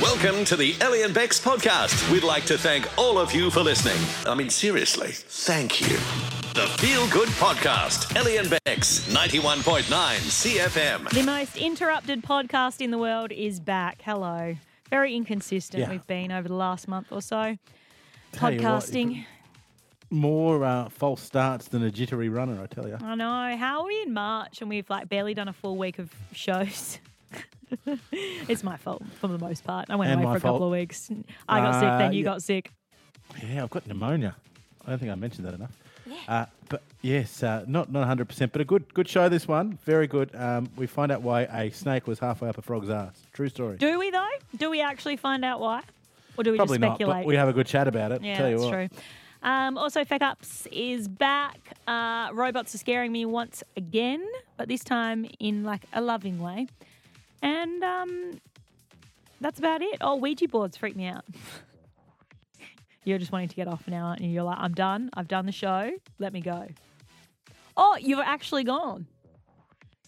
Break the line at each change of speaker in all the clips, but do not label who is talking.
Welcome to the Ellie and Bex podcast. We'd like to thank all of you for listening. I mean, seriously, thank you. The Feel Good Podcast, Ellie and Bex, 91.9 CFM.
The most interrupted podcast in the world is back. Hello. Very inconsistent
Yeah.
we've been over the last month or so.
Tell you what, you
Podcasting.
More uh, false starts than a jittery runner, I tell you.
I know. How are we in March and we've like barely done a full week of shows? it's my fault for the most part. I went
And
away
my
for a couple
fault.
of weeks. I got sick,
Uh,
then you
yeah.
got sick. Oh.
Yeah, I've got pneumonia. I don't think I mentioned that enough. Yeah. Uh, but yes, uh, not not 100%, but a good good show this one. Very good. Um, we find out why a snake was halfway up a frog's ass. True story.
Do we though? Do we actually find out why? Or do we
Probably
just
not,
speculate?
but we have a good chat about it.
Yeah,
tell you
that's
what.
true. Um, also, Feck Ups is back. Uh, robots are scaring me once again, but this time in like a loving way. And um, that's about it. Oh, Ouija boards freak me out. You're just wanting to get off now, aren't you? You're like, I'm done. I've done the show. Let me go. Oh, you've actually gone.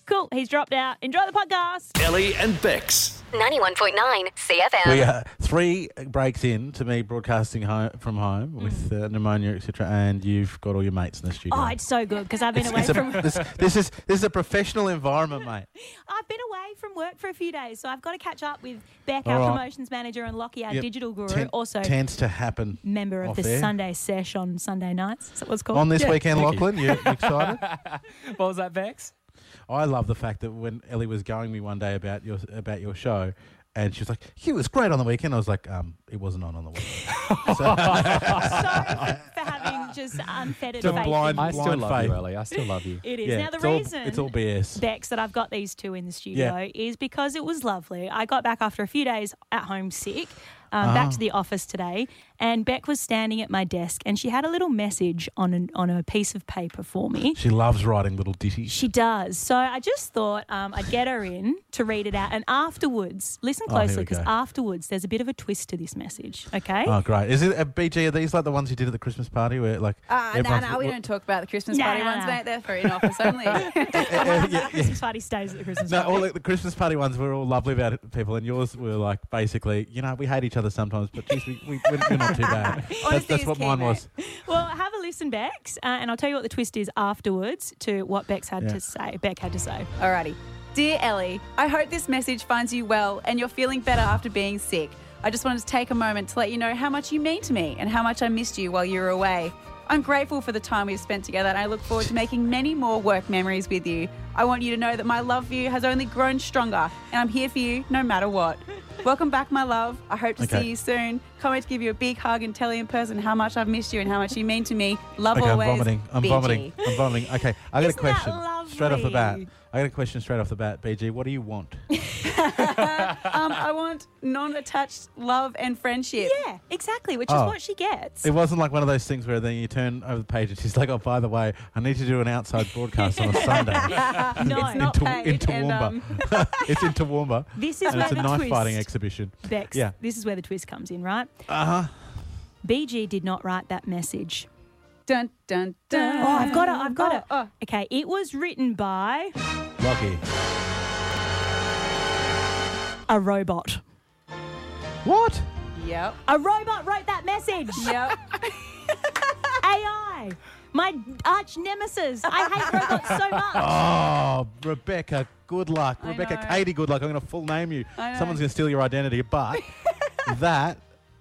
Cool. He's dropped out. Enjoy the podcast.
Ellie and Bex.
91.9 CFM.
We are three breaks in to me broadcasting home, from home with uh, pneumonia, etc., and you've got all your mates in the studio.
Mm. Oh, it's so good because I've been away
It's a-
from
this, this is this is a professional environment, mate.
I've been away from work for a few days, so I've got to catch up with Beck,
All
our
right.
promotions manager, and Lockie, our
Yep.
digital guru,
Ten-
also
tends to happen.
member of
off
the
air.
Sunday sesh on Sunday nights. Is that what it's called?
On this
Yeah.
weekend, Lachlan, you, you excited?
What was that, Vex?
I love the fact that when Ellie was going me one day about your about your show, and she was like, "It was great on the weekend." I was like, "Um, it wasn't on on the weekend."
Sorry for, for having just unfettered
Don't
faith.
blind-
in-
I still
Blind
love
faith.
you, Ellie. I still love you.
It is. now, the
it's all-
reason
it's all BS.
Bex, that I've got these two in the studio is because it was lovely. I got back after a few days at home sick, um,
Ah.
back to the office today, and Beck was standing at my desk and she had a little message on, an, on a piece of paper for me.
she loves writing little ditties.
She does. So I just thought um, I'd get her in to read it out. And afterwards, listen
Oh, here we
closely, because
go.
afterwards there's a bit of a twist to this message, okay?
Oh, great! Is it a BG? Are these like the ones you did at the Christmas party where like
Ah,
Uh, no,
everyone's-
no, we
w-
don't talk about the Christmas
No,
party
no,
ones,
no.
mate. They're for in office only.
Christmas party stays at the Christmas
No,
party.
all the the Christmas party ones were all lovely about it, people, and yours were like basically, you know, we hate each other sometimes, but geez, we, we, we're, we're not too bad. that's
Honesty
that's
is
what
key,
mine
mate.
was.
Well, have a listen, Bex, uh, and I'll tell you what the twist is afterwards to what Bex had
Yeah.
to say. Beck had to say.
Alrighty. Dear Ellie, I hope this message finds you well and you're feeling better after being sick. I just wanted to take a moment to let you know how much you mean to me and how much I missed you while you were away. I'm grateful for the time we've spent together and I look forward to making many more work memories with you. I want you to know that my love for you has only grown stronger and I'm here for you no matter what. Welcome back, my love. I hope to
Okay.
see you soon. Can't wait to give you a big hug and tell you in person how much I've missed you and how much you mean to me. Love
Okay, I'm
always.
vomiting. I'm
BG.
vomiting. I'm vomiting. Okay, I got
Isn't
a
that
question straight off the bat.
lovely?
I got a question straight off the bat, BG. What do you want?
Um, I want non-attached love and friendship.
Yeah, exactly, which is
Oh.
what she gets.
It wasn't like one of those things where then you turn over the page and she's like, "Oh, by the way, I need to do an outside broadcast on a Sunday."
No,
it's
it's
in,
not
Toow-
paid
in
and,
Toowoomba.
um,
it's in Toowoomba.
This is
and
where
it's a
the
knife
twist,
fighting exhibition.
Bex,
Yeah.
this is where the twist comes in, right? Uh-huh. BG did not write that message.
Dun dun dun.
Oh, I've got it, I've got it.
Oh, oh.
Okay, it was written by
Lucky.
a robot.
What?
Yep.
A robot wrote that message.
Yep.
AI. My arch nemesis. I hate robots so much.
Oh, Rebecca. Good luck,
I
Rebecca
know.
Katie. Good luck. I'm going to full name you.
I know.
Someone's going to steal your identity, but that.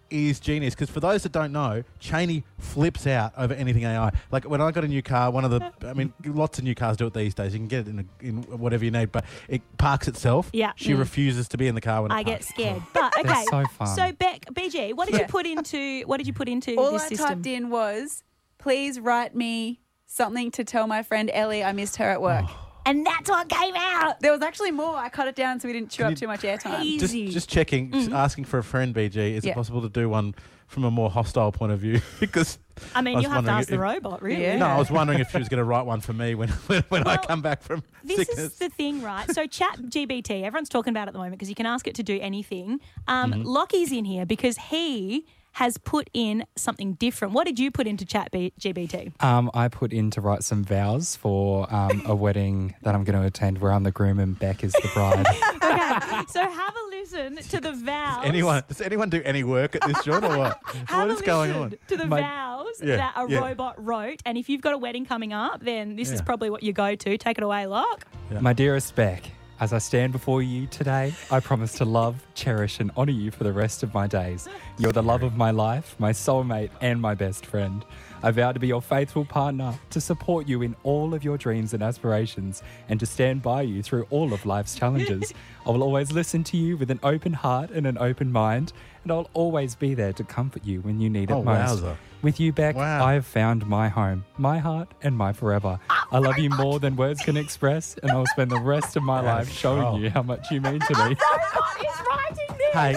Is genius because for those that don't know, Cheney flips out over anything AI. Like when I got a new car, one of the, I mean, lots of new cars do it these days. You can get it in, a, in whatever you need, but it parks itself.
Yeah.
She
Mm.
refuses to be in the car when it
I get
parks.
scared. But okay.
so fun.
Beck, BG, what did you put into what did you put into
All
this
I
system?
typed in was, please write me something to tell my friend Ellie I missed her at work.
And that's what came out.
There was actually more. I cut it down so we didn't chew up too much airtime.
Just,
Easy.
just checking, just
Mm-hmm.
asking for a friend, BG. Is
Yeah.
it possible to do one from a more hostile point of view? because
I mean,
was
you'll have to
wondering
ask the
if-
robot, really.
Yeah.
No, I was wondering if she was going to write one for me when when, when I
Well,
come back from
This
sickness.
is the thing, right? So, Chat GBT, everyone's talking about it at the moment because you can ask it to do anything. Um,
Mm-hmm.
Lockie's in here because he has put in something different. What did you put into Chat B- GBT?
Um, I put in to write some vows for um, a wedding that I'm going to attend where I'm the groom and Beck is the bride.
okay, so have a listen to the vows.
Anyone? Does anyone do any work at this job or what?
Have
what
a
is going
listen
on?
To the
My-
vows
Yeah,
that a
yeah.
robot wrote. And if you've got a wedding coming up, then this is
Yeah.
probably what you go to. Take it away, Locke.
My dearest Beck, as I stand before you today, I promise to love, cherish, and honor you for the rest of my days. You're the love of my life, my soulmate, and my best friend. I vow to be your faithful partner, to support you in all of your dreams and aspirations, and to stand by you through all of life's challenges. I will always listen to you with an open heart and an open mind, and I'll always be there to comfort you when you need it
Oh,
most.
wowza.
With you, Beck,
Wow.
I have found my home, my heart, and my forever. I love you more than words can express, and I'll spend the rest of my life
control.
showing you how much you mean to me.
What is writing this?
Hey,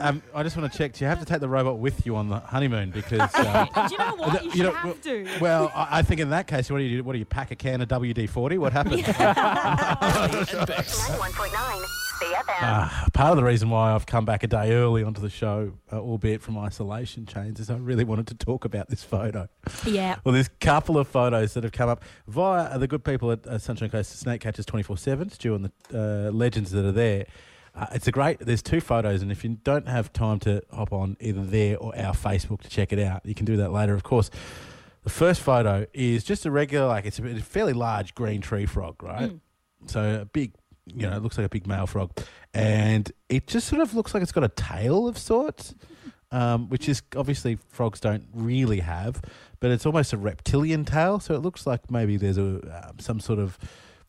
um, I just want to check. Do you have to take the robot with you on the honeymoon? Because uh,
Do you know what? You should
know,
have
well,
to.
Well, I, I think in that case, what do you do? What do you pack a can of WD forty? What happens?
Ellie and Bex.
91.9 CFM.
Ah. Part of the reason why I've come back a day early onto the show, uh, albeit from isolation chains, is I really wanted to talk about this photo.
Yeah.
Well, there's a couple of photos that have come up via the good people at uh, Sunshine Coast Snake Catchers 24 7, Stu and the uh, legends that are there. Uh, it's a great, there's two photos, and if you don't have time to hop on either there or our Facebook to check it out, you can do that later, of course. The first photo is just a regular, like it's a bit- a fairly large green tree frog, right? So a big, you know, it looks like a big male frog. And it just sort of looks like it's got a tail of sorts, um, which is obviously frogs don't really have, but it's almost a reptilian tail. So it looks like maybe there's a um, some sort of,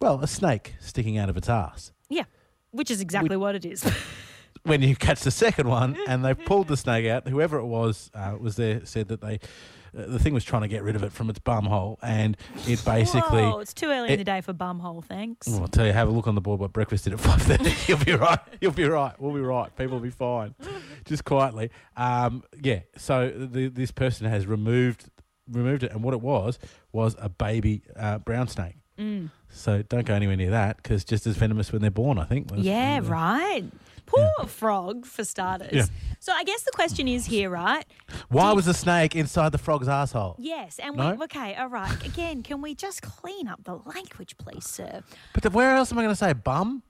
well, a snake sticking out of its ass.
Yeah. Which is exactly what it is.
When you catch the second one and they pulled the snake out, whoever it was uh, was there said that they. uh, The thing was trying to get rid of it from its bum hole, and it basically.
Whoa, it's too early
it-
in the day for bumhole, thanks.
Well, I'll tell you, have a look on the board what breakfast did at five thirty. You'll be right. You'll be right. We'll be right. People will be fine. Just quietly. Um, yeah. So the, this person has removed removed it, and what it was was a baby uh, brown snake.
Mm.
So don't go anywhere near that because just as venomous when they're born, I think.
Yeah, right. Poor frog, for starters.
Yeah.
So I guess the question is here, right?
Why was the snake inside the frog's asshole?
Yes, and
No?
we okay, all right. Again, can we just clean up the language, please, sir?
But the, where else am I going to say bum?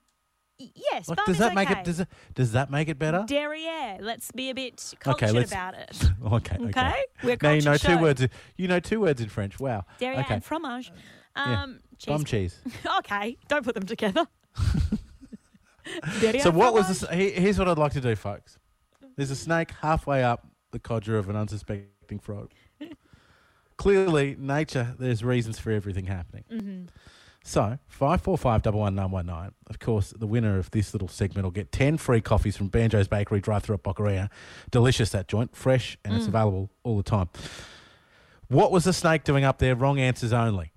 Y- Yes,
Like,
bum
does
is
that make
okay.
it? Does it? Does that make it better?
derriere? Let's be a bit cultured
let's-
about it.
Oh, Okay. Okay.
Okay? We're
now you
cultured
know
show.
two words. You know two words in French. Wow.
Derriere
okay.
and fromage.
Yeah.
Um, cheese.
Bum cheese.
okay, don't put them together. Derriere
So what was
fromage.
this? he- Here's what I'd like to do, folks. There's a snake halfway up the codger of an unsuspecting frog. Clearly, nature. There's reasons for everything happening. So five four five double one nine one nine. Of course, the winner of this little segment will get ten free coffees from Banjo's Bakery drive-through at Bocarina. Delicious that joint, fresh, and it's available all the time. What was the snake doing up there? Wrong answers only.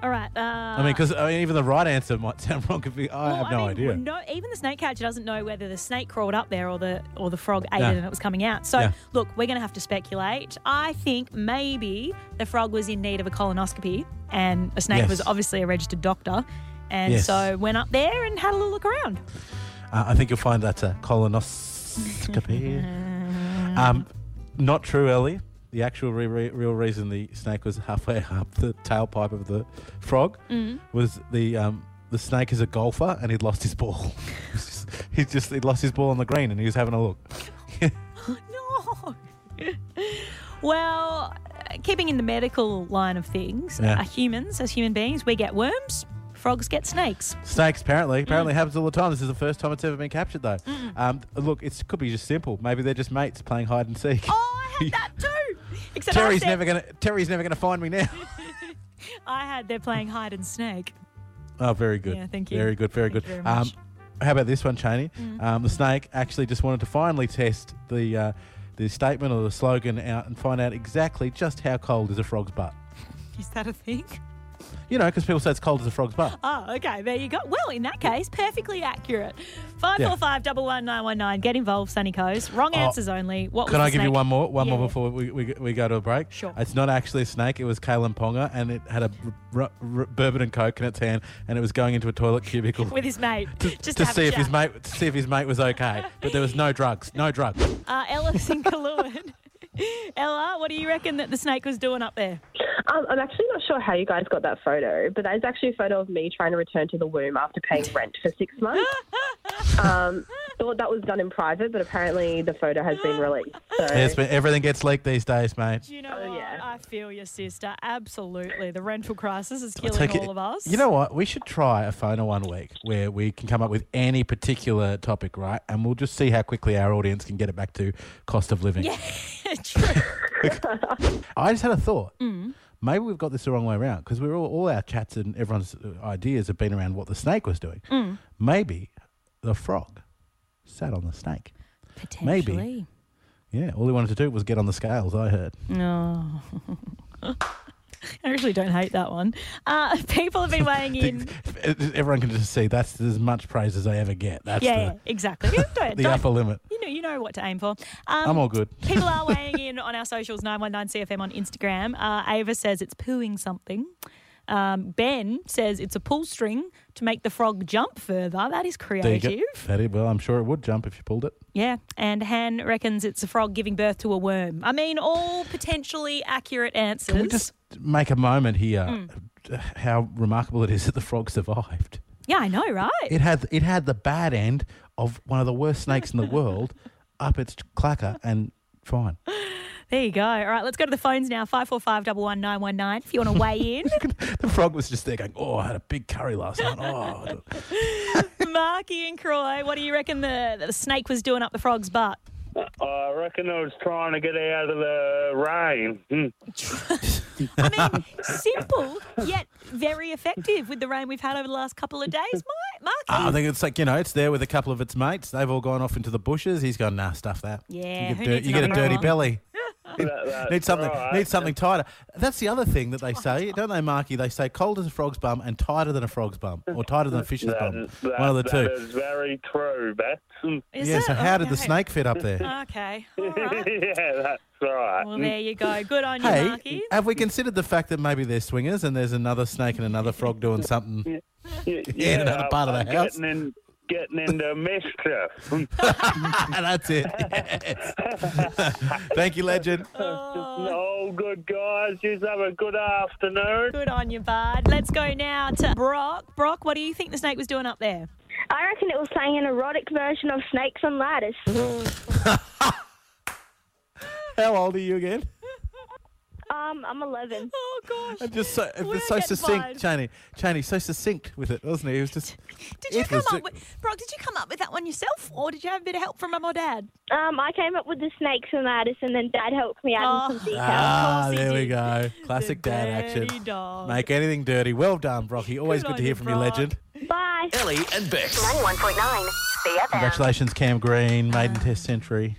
All right. Uh,
I mean, because I mean, even the right answer might sound wrong. If you, Ah. I have no
mean,
idea.
No, even the snake catcher doesn't know whether the snake crawled up there or the or the frog ate
Yeah.
it and it was coming out. So
Yeah.
look, we're going to have to speculate. I think maybe the frog was in need of a colonoscopy, and a snake
Yes.
was obviously a registered doctor, and
Yes.
so went up there and had a little look around.
Uh, I think you'll find that's a colonoscopy. um, not true, Ellie. The actual re- re- real reason the snake was halfway up the tailpipe of the frog was the um, the snake is a golfer and he'd lost his ball. It's just- he just he lost his ball on the green and he was having a look.
No. well, uh, keeping in the medical line of things,
Yeah.
uh, humans as human beings, we get worms. Frogs get snakes.
Snakes apparently apparently happens all the time. This is the first time it's ever been captured though. Um, look, it could be just simple. Maybe they're just mates playing hide and seek.
Oh, I had that too. Except I
Terry's
said-
never gonna Terry's never gonna find me now.
I had they're playing hide and snake.
Oh, very good.
Yeah, thank you.
Very good, very
Thank
good. Um,
you very much. Mm.
how about this one, Cheney? Um, the snake actually just wanted to finally test the uh, the statement or the slogan out and find out exactly just how cold is a frog's butt.
Is that a thing?
You know, because people say it's cold as a frog's butt.
Oh, okay. There you go. Well, in that case, perfectly accurate. Five four five double one nine one nine. Get involved, Sunny Coast. Wrong
Oh,
answers only. What
Can
was
I
the
give you
snake?
one more? One
Yeah.
more before we, we, we go to a break.
Sure.
It's not actually a snake. It was Kalen Ponga, and it had a r- r- bourbon and coke in its hand, and it was going into a toilet cubicle
with his mate? Just
to
have
see
a
if his
chat.
mate to see if his mate was okay. but there was no drugs. No drugs.
Uh, Ellis in Kalua Ella, what do you reckon that the snake was doing up there?
Um, I'm actually not sure how you guys got that photo, but that is actually a photo of me trying to return to the womb after paying rent for six months. Um, thought that was done in private, but apparently the photo has been released. So
Yes, but everything gets leaked these days, mate.
Do you know what?
yeah.
I feel your sister. Absolutely. The rental crisis is killing
Take it-
all of us.
You know what? We should try a phone one week where we can come up with any particular topic, right? And we'll just see how quickly our audience can get it back to cost of living.
True.
I just had a thought.
Mm.
Maybe we've got this the wrong way around because we're all, all our chats and everyone's uh, ideas have been around what the snake was doing.
Mm.
Maybe the frog sat on the snake. Maybe.
Potentially.
Yeah, all he wanted to do was get on the scales. I heard.
No. I Oh. actually don't hate that one. Uh, people have been weighing in.
Everyone can just see that's as much praise as I ever get. That's
yeah, yeah, exactly. Don't-
the,
don't-
the upper limit.
you know, you know what to aim for. Um,
I'm all good.
people are weighing in on our socials, 919CFM on Instagram. Uh, Ava says it's pooing something. Um, ben says it's a pull string to make the frog jump further. That is
There you
creative.
go. That is, well, I'm sure it would jump if you pulled it.
Yeah. And Han reckons it's a frog giving birth to a worm. I mean, all potentially accurate answers.
Can we just make a moment here?
Hmm.
How remarkable it is that the frog survived.
yeah, I know, right?
It had it had the bad end of one of the worst snakes in the world up its clacker and fine.
There you go. All right, let's go to the phones now 545 11919 if you want to weigh in.
The frog was just there going, "Oh, I had a big curry last night." Oh,
Marky and Croy, what do you reckon the, the snake was doing up the frog's butt?
Uh, I reckon I was trying to get out of the rain. Hmm.
I mean, simple yet very effective with the rain we've had over the last couple of days, Ma-
I
Marky.
think it's like you know, it's there with a couple of its mates. They've all gone off into the bushes. He's gone, "Nah, stuff that."
Yeah,
you
who
get, dir-
needs
you get a
another
dirty
frog?
belly.
That- that's
Need something.
all right.
Need something tighter. That's the other thing that they say, don't they, Marky? They say cold as a frog's bum and tighter than a frog's bum, or tighter than a fish's
That
bum.
is- that-
One of the two.
That is very true, Beth. Hmm.
Is
yeah.
it? Oh,
So how did the
Okay.
snake fit up there?
Okay. All right.
yeah, that's right.
Well, there you go. Good on you,
Hey,
Marky.
have we considered the fact that maybe they're swingers and there's another snake and another frog doing something?
yeah,
in another
I'm-
part of the
I'm
house.
Getting, in, getting into mischief. Hmm.
That's it. Yes. Thank you, legend.
oh, good guys. Just have a good afternoon.
Good on you, bud. Let's go now to Brock. Brock, what do you think the snake was doing up there?
I reckon it was playing an erotic version of Snakes on Ladders.
How old are you again?
Mm-hmm.
um, I'm 11.
Oh, gosh.
I'm just so,
We're
it's so
getting
succinct,
fired.
Cheney. Cheney, so succinct with it, wasn't he? He was just.
Did you
It
come
was
up
ju-
with Brock? Did you come up with that one yourself, or did you have a bit of help from mum or dad?
Um, I came up with the Snakes on Ladders and then Dad helped me out
Oh.
with some details.
Ah,
course he
there we
did.
go. Classic
The
dad action.
dirty dog.
Make anything dirty. Well done, Brocky. Always good,
on
to
you,
hear from you,
Brock.
legend.
Bye.
Ellie and Bex.
91.9 CFM.
Congratulations, Cam Green, maiden
Ah.
Test century.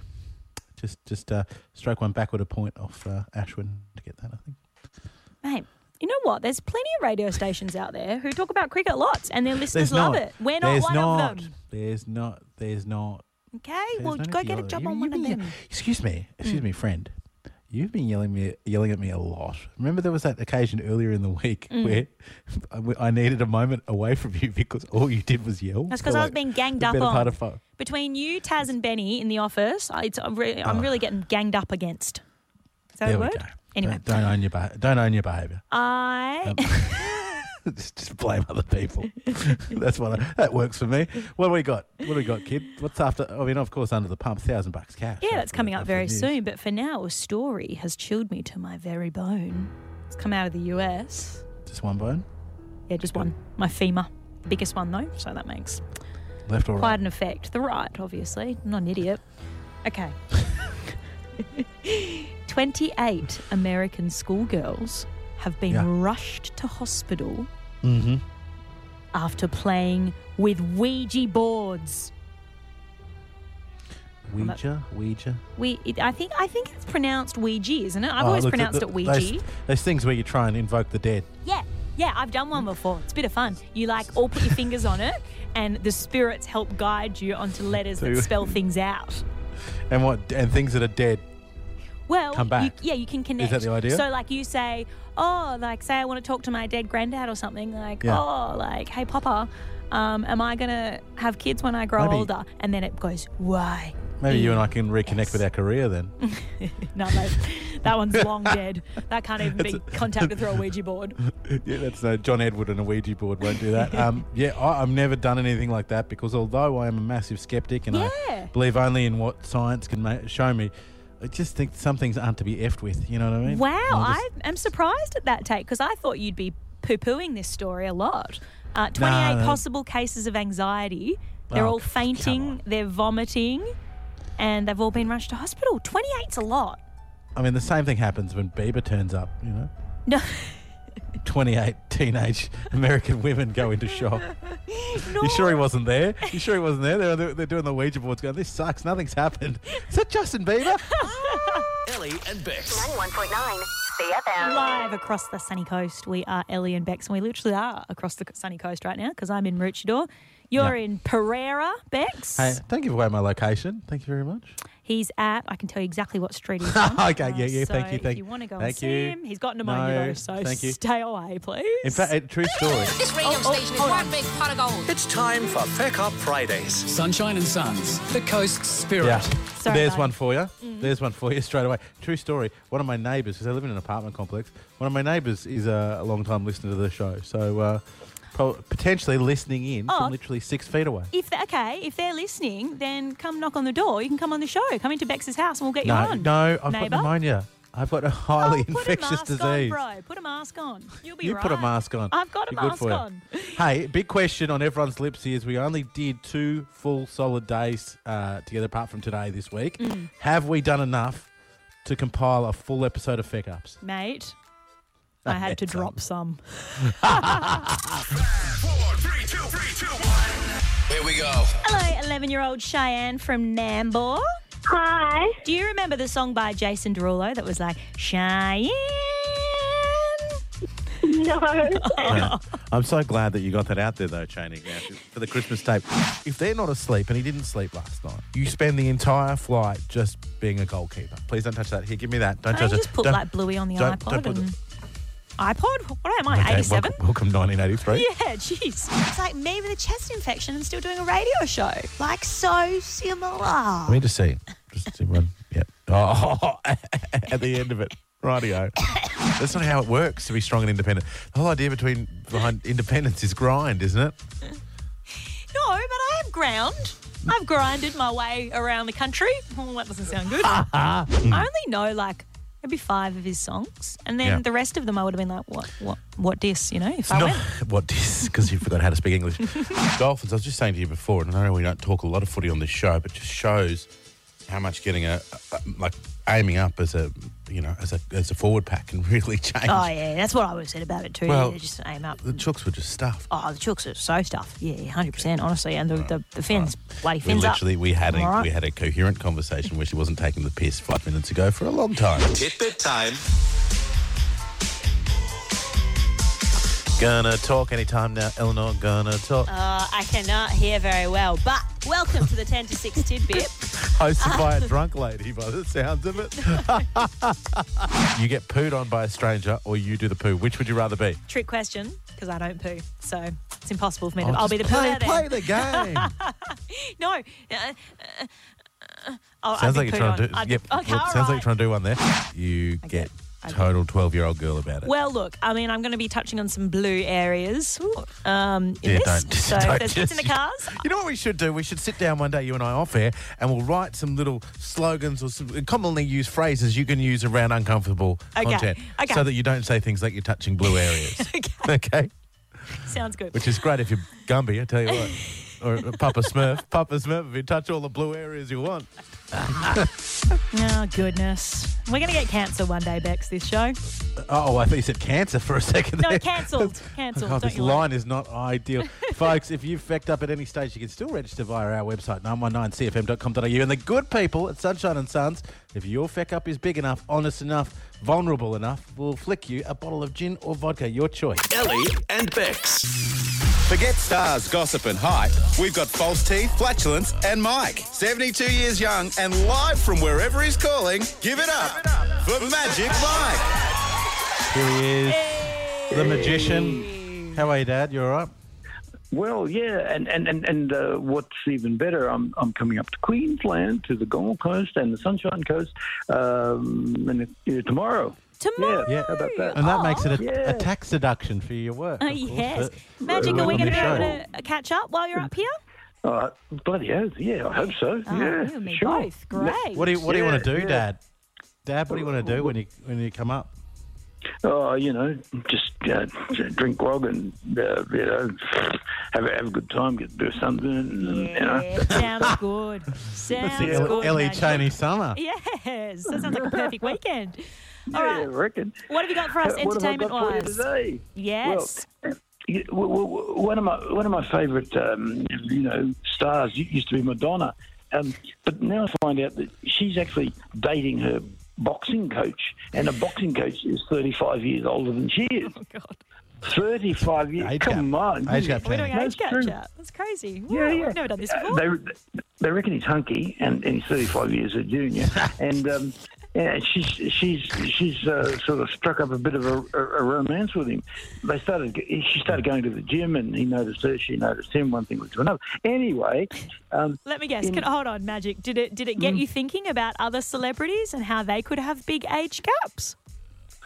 Just, just uh, stroke one backward a point off uh, Ashwin to get that. I think.
Oh, Mate, you know what? There's plenty of radio stations out there who talk about cricket lots, and their listeners
There's
love
not.
it. We're not
There's
one
not.
of them.
There's not. There's not.
Okay,
there's
well,
no need
go
to
get a
yell at
job
me.
on
You've
one
been
of
ye-
them. Hmm.
Excuse me. Excuse me, friend. You've been yelling me, yelling at me a lot. Remember, there was that occasion earlier in the week
Hmm.
where I, we- I needed a moment away from you because all you did was yell.
That's
for
'cause I was
like
being ganged
the
up
better
on.
part of five-
Between you, Taz, and Benny in the office, I- it's, I'm, re- I'm really getting ganged up against. Is that
Ah. There
a
we
word?
go.
Anyway,
Don't, don't own your beha- don't own your behaviour. Um,
I
just, just blame other people. That's what I, that works for me. What do we got? What do we got, kid? What's after? I mean, of course, under the pump, thousand bucks cash.
yeah, that's
what-
coming up
what
very
it is.
soon. But for now, a story has chilled me to my very bone. It's come out of the US.
Just one bone,
Yeah, just one. My femur, biggest one though, so that makes
left or
quite
right?
an effect. The right, obviously. I'm not an idiot. Okay. 28 American schoolgirls have been
Yeah. Mm-hmm.
rushed to hospital after playing with Ouija boards.
Ouija, Ouija.
We, it, I think, I think it's pronounced Ouija, isn't it? I've
Oh,
always
look, the-
pronounced
the-
it Ouija.
Those, those things where you try and invoke the dead.
Yeah, yeah, I've done one before. It's a bit of fun. You like all put your fingers on it, and the spirits help guide you onto letters that
Do-
spell things out.
And what? And things that are dead.
Well,
Come back.
You, yeah, you can connect.
the idea?
So, like, you say, oh, like, say I want to talk to my dead granddad or something. Like,
Yeah.
oh, like, hey, Papa, um, am I going to have kids when I grow
Maybe-
older? And then it goes, why?
Maybe you and I can reconnect with our career then.
No, mate, that one's long dead. That can't even be contacted through a Ouija board.
yeah, that's no John Edward and a Ouija board won't do that. Um, yeah, I, I've never done anything like that because although I am a massive skeptic and
Yeah.
I believe only in what science can ma- show me, I just think some things aren't to be effed with. You know what I mean?
Wow,
And I
I
just-
am surprised at that take because I thought you'd be poo pooing this story a lot. Uh, 28
no.
possible cases of anxiety. They're
Oh,
all
c- come
fainting,
on.
they're vomiting, and they've all been rushed to hospital. 28's a lot.
I mean, the same thing happens when Bieber turns up. You know,
No,
twenty-eight teenage American women go into shock.
no.
You sure he wasn't there? You sure he wasn't there? They're, they're doing the Ouija boards going, this sucks, nothing's happened. Is that Justin Bieber?
Ellie and Bex.
91.9 CFM.
Live across the sunny coast, we are Ellie and Bex, and we literally are across the sunny coast right now because I'm in Maroochydore. You're
Yeah.
in Pereira, Bex.
hey, don't give away my location. Thank you very much.
He's at, I can tell you exactly what street he's on.
okay, yeah, yeah,
Uh, so
thank you,
if
thank
you want to go and
thank
see him, he's got pneumonia
No,
though, so
thank you.
stay away, please.
In fact, a true story.
This radio station is one big pot of gold.
It's time for Feck Up Fridays.
Sunshine and Suns, the coast's spirit.
Yeah.
Sorry,
There's
mate. Mm.
one for you. There's one for you straight away. True story. One of my neighbours, because I live in an apartment complex, one of my neighbours is a, a long time listener to the show. So uh, pro- potentially listening in
Oh.
from literally six feet away.
If they okay, if they're listening, then come knock on the door. You can come on the show. Come into Bex's house and we'll get
No,
you on.
no, I've
Neighbour?
got pneumonia. I've got a highly
Oh, put a
infectious
mask
disease.
on, bro. Put a mask on. You'll be
You
right.
put a mask on.
I've got a
You're good
mask
for you.
on.
Hey, big question on everyone's lips here is we only did two full solid days uh, together apart from today this week.
Mm.
Have we done enough to compile a full episode of Feck Ups?
Mate, I had to drop some.
Here we go.
Hello, 11 year old Cheyenne from Nambour.
Hi.
Do you remember the song by Jason Derulo that was like, Cheyenne?
No.
I'm so glad that you got that out there though, Cheney, now, for the Christmas tape. If they're not asleep and he didn't sleep last night, you spend the entire flight just being a goalkeeper. Please don't touch that. Here, give me that. Don't
I
touch it.
just put
Don't-
like Bluey on the
don't-
iPod
don't put
and.
the-
iPod? What am I,
Okay,
87?
welcome, welcome 1983.
Yeah, jeez. It's like me with a chest infection and still doing a radio show. Like, so similar.
Let me just see. Just see one. Yeah. Oh, at the end of it. Rightio. That's not how it works to be strong and independent. The whole idea between behind independence is grind, isn't it?
No, but I have ground. I've grinded my way around the country. Oh, that doesn't sound good.
Hmm.
I only know like maybe five of his songs, and then
Yeah.
the rest of them I would have been like, what, what, what dis? You know, if I
No,
went.
what this? Because you forgot how to speak English. Dolphins. I was just saying to you before, and I know we don't talk a lot of footy on this show, but just shows how much getting a, a like aiming up as a you know as a as a forward pack can really change.
Oh yeah, that's what I would have said about it too.
Well,
yeah, just aim up.
The chooks were just stuffed.
Oh, the chooks are so stuffed. Yeah, hundred percent, honestly. And the, the, the fins, bloody
We
fins up.
literally we had a,
All right.
we had a coherent conversation where she wasn't taking the piss five minutes ago for a long time.
Tidbit time.
Gonna talk anytime now, Eleanor. Gonna talk.
Uh, I cannot hear very well, but welcome to the ten to six tidbit.
Hosted by a drunk lady, by the sounds of it. you get pooed on by a stranger, or you do the poo. Which would you rather be?
Trick question, because I don't poo, so it's impossible for me to. I'll be the poo
play,
out there.
play the game.
No. Uh, uh, uh, oh, I'd
sounds
be
like you're
pooed
trying to
on.
do.
I'd be-
yep.
Okay,
well,
all
sounds like you're
right.
trying to do one there. You get total twelve-year-old girl about it.
Well, look, I mean, I'm going to be touching on some blue areas um, in
Yeah,
this.
don't-
so
don't
if there's kids in the
just-
cars,
You know what we should do? We should sit down one day, you and I, off air, and we'll write some little slogans or some commonly used phrases you can use around uncomfortable
Okay,
content,
okay.
so that you don't say things like you're touching blue areas. okay.
sounds good.
Which is great if you're Gumby. I tell you what. Or Papa Smurf. Papa Smurf, if you touch all the blue areas you want.
Oh, goodness. We're going to get cancer one day, Bex, this show.
Oh, I thought you said cancer for a second.
No,
there.
cancelled. Cancelled.
Oh, God,
don't
this
you worry.
line is not ideal. Folks, if you've fecked up at any stage, you can still register via our website, 919cfm.com.au. And the good people at Sunshine and Sons, if your feck up is big enough, honest enough, vulnerable enough, will flick you a bottle of gin or vodka, your choice.
Ellie and Bex.
Forget stars, gossip, and hype. We've got false teeth, flatulence, and Mike. 72 years young and live from wherever he's calling. Give it up for Magic Mike.
Here he is, the magician. How are you, Dad? You all right?
Well, yeah, and and and, and uh, what's even better, I'm I'm coming up to Queensland, to the Gold Coast and the Sunshine Coast, um, and it, yeah, tomorrow.
Tomorrow.
Yeah, how about that? Oh,
And that makes it a,
Yeah.
a tax deduction for your work.
Uh,
of course,
yes.
but-
Magic, are we going
on
to
the
be
show.
able to catch up while you're up here?
Uh, bloody oath, yeah, I hope so.
Oh,
yeah,
you and me
sure.
both. Great.
What do you What do you want to
Yeah,
do,
yeah.
Dad? Dad, what do you want to do when you when you come up?
Oh, you know, just uh, j- drink grog and uh, you know, have a, have a good time, get a bit of sunburn, and you know.
Sounds good. Sounds
the
good.
Ellie- Ellie
Magic.
Chaney summer.
Yes. That sounds like a perfect weekend.
Yeah, I reckon.
What have you got for us
Uh, what have I got
entertainment
for you
wise?
today?
Yes.
Yeah, w- w- one of my one of my favourite um, you know stars u- used to be Madonna, um, but now I find out that she's actually dating her boxing coach, and a boxing coach is thirty five years older than she is. Oh
God.
Thirty five years. Come on.
Age gap
We're doing
That's
age gap
true.
chat. That's crazy. Wow,
Yeah, yeah.
We've never done this
Uh,
before.
they, they reckon he's hunky, and, and he's 35 years a junior. and um, yeah, she's she's she's uh, sort of struck up a bit of a, a, a romance with him. They started she started going to the gym, and he noticed her. She noticed him. One thing led to another. Anyway, um,
Let me guess. Can, hold on, Magic. Did it did it
Mm.
get you thinking about other celebrities and how they could have big age gaps?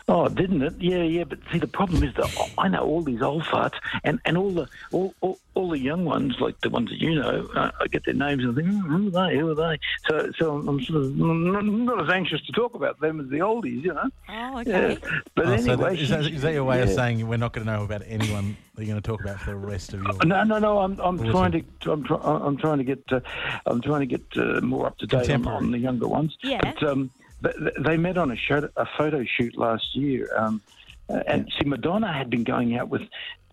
Oh, didn't it? Yeah, yeah. But see, the problem is that I know all these old farts, and, and all the all, all, all the young ones, like the ones that you know, uh, I get their names and I think, "Hmm, who are they? Who are they? So, so I'm, I'm sort of not, not as anxious to talk about them as the oldies, you know.
Oh,
okay. Yeah. But
Oh, so
anyway,
that- is, that,
she-
is that your way of
yeah.
saying we're not going to know about anyone that you're going to talk about for the rest of your?
No, no, no. I'm, I'm
Bulletin.
trying to, I'm, try, I'm trying to get, uh, I'm trying to get uh, more up to date on,
Contemporary.
on the younger ones.
Yeah.
But, um, th- th- they met on a, show, a photo shoot last year, um, uh, and see, Madonna had been going out with.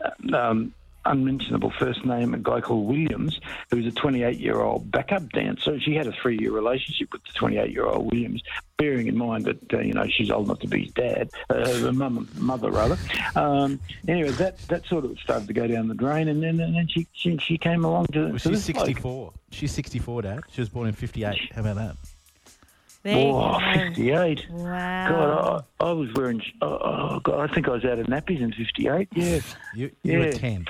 uh, Um, Unmentionable first name, a guy called Williams, who's a 28 year old backup dancer. She had a three year relationship with the 28 year old Williams, bearing in mind that, uh, you know, she's old enough to be his dad, uh, her mum, mother rather. Um, anyway, that, that sort of started to go down the drain, and then and then she, she she came along to.
Well,
to
she's
this bloke.
64. She's 64, Dad. She was born in 58. How about that?
There you
Oh,
go.
58.
Wow.
God, I, I was wearing. Oh, oh, God, I think I was out of nappies in '58. Yeah,
You, you were
Yeah.
10.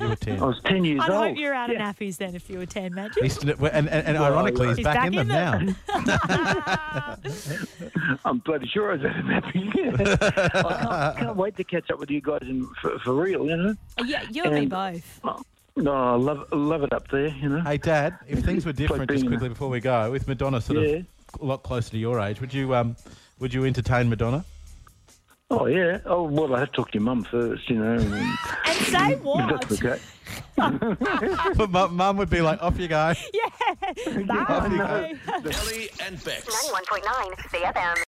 You were 10.
I was 10 years
I'd
old.
hope you're out of nappies then if you were 10, Magic.
He's- and, and, and ironically, he's,
He's
back, in them, now.
I'm bloody sure I was out of nappies. I can't, can't wait to catch up with you guys in, for, for real. You know.
Yeah, you and me
And-
both.
No, I love love it up there. You know.
Hey, Dad, if things were
It's like
different, just
being in a-
quickly before we go, with Madonna sort
Yeah.
of a lot closer to your age, would you um, would you entertain Madonna?
Oh yeah. Oh well, I have to talk to your mum first. You know. and-
And say
if
what?
that's okay.
but mu- Mum would be like, off you go.
Yeah.
Off you go.
Bye.
Ellie and Bex.
91.9 CFM.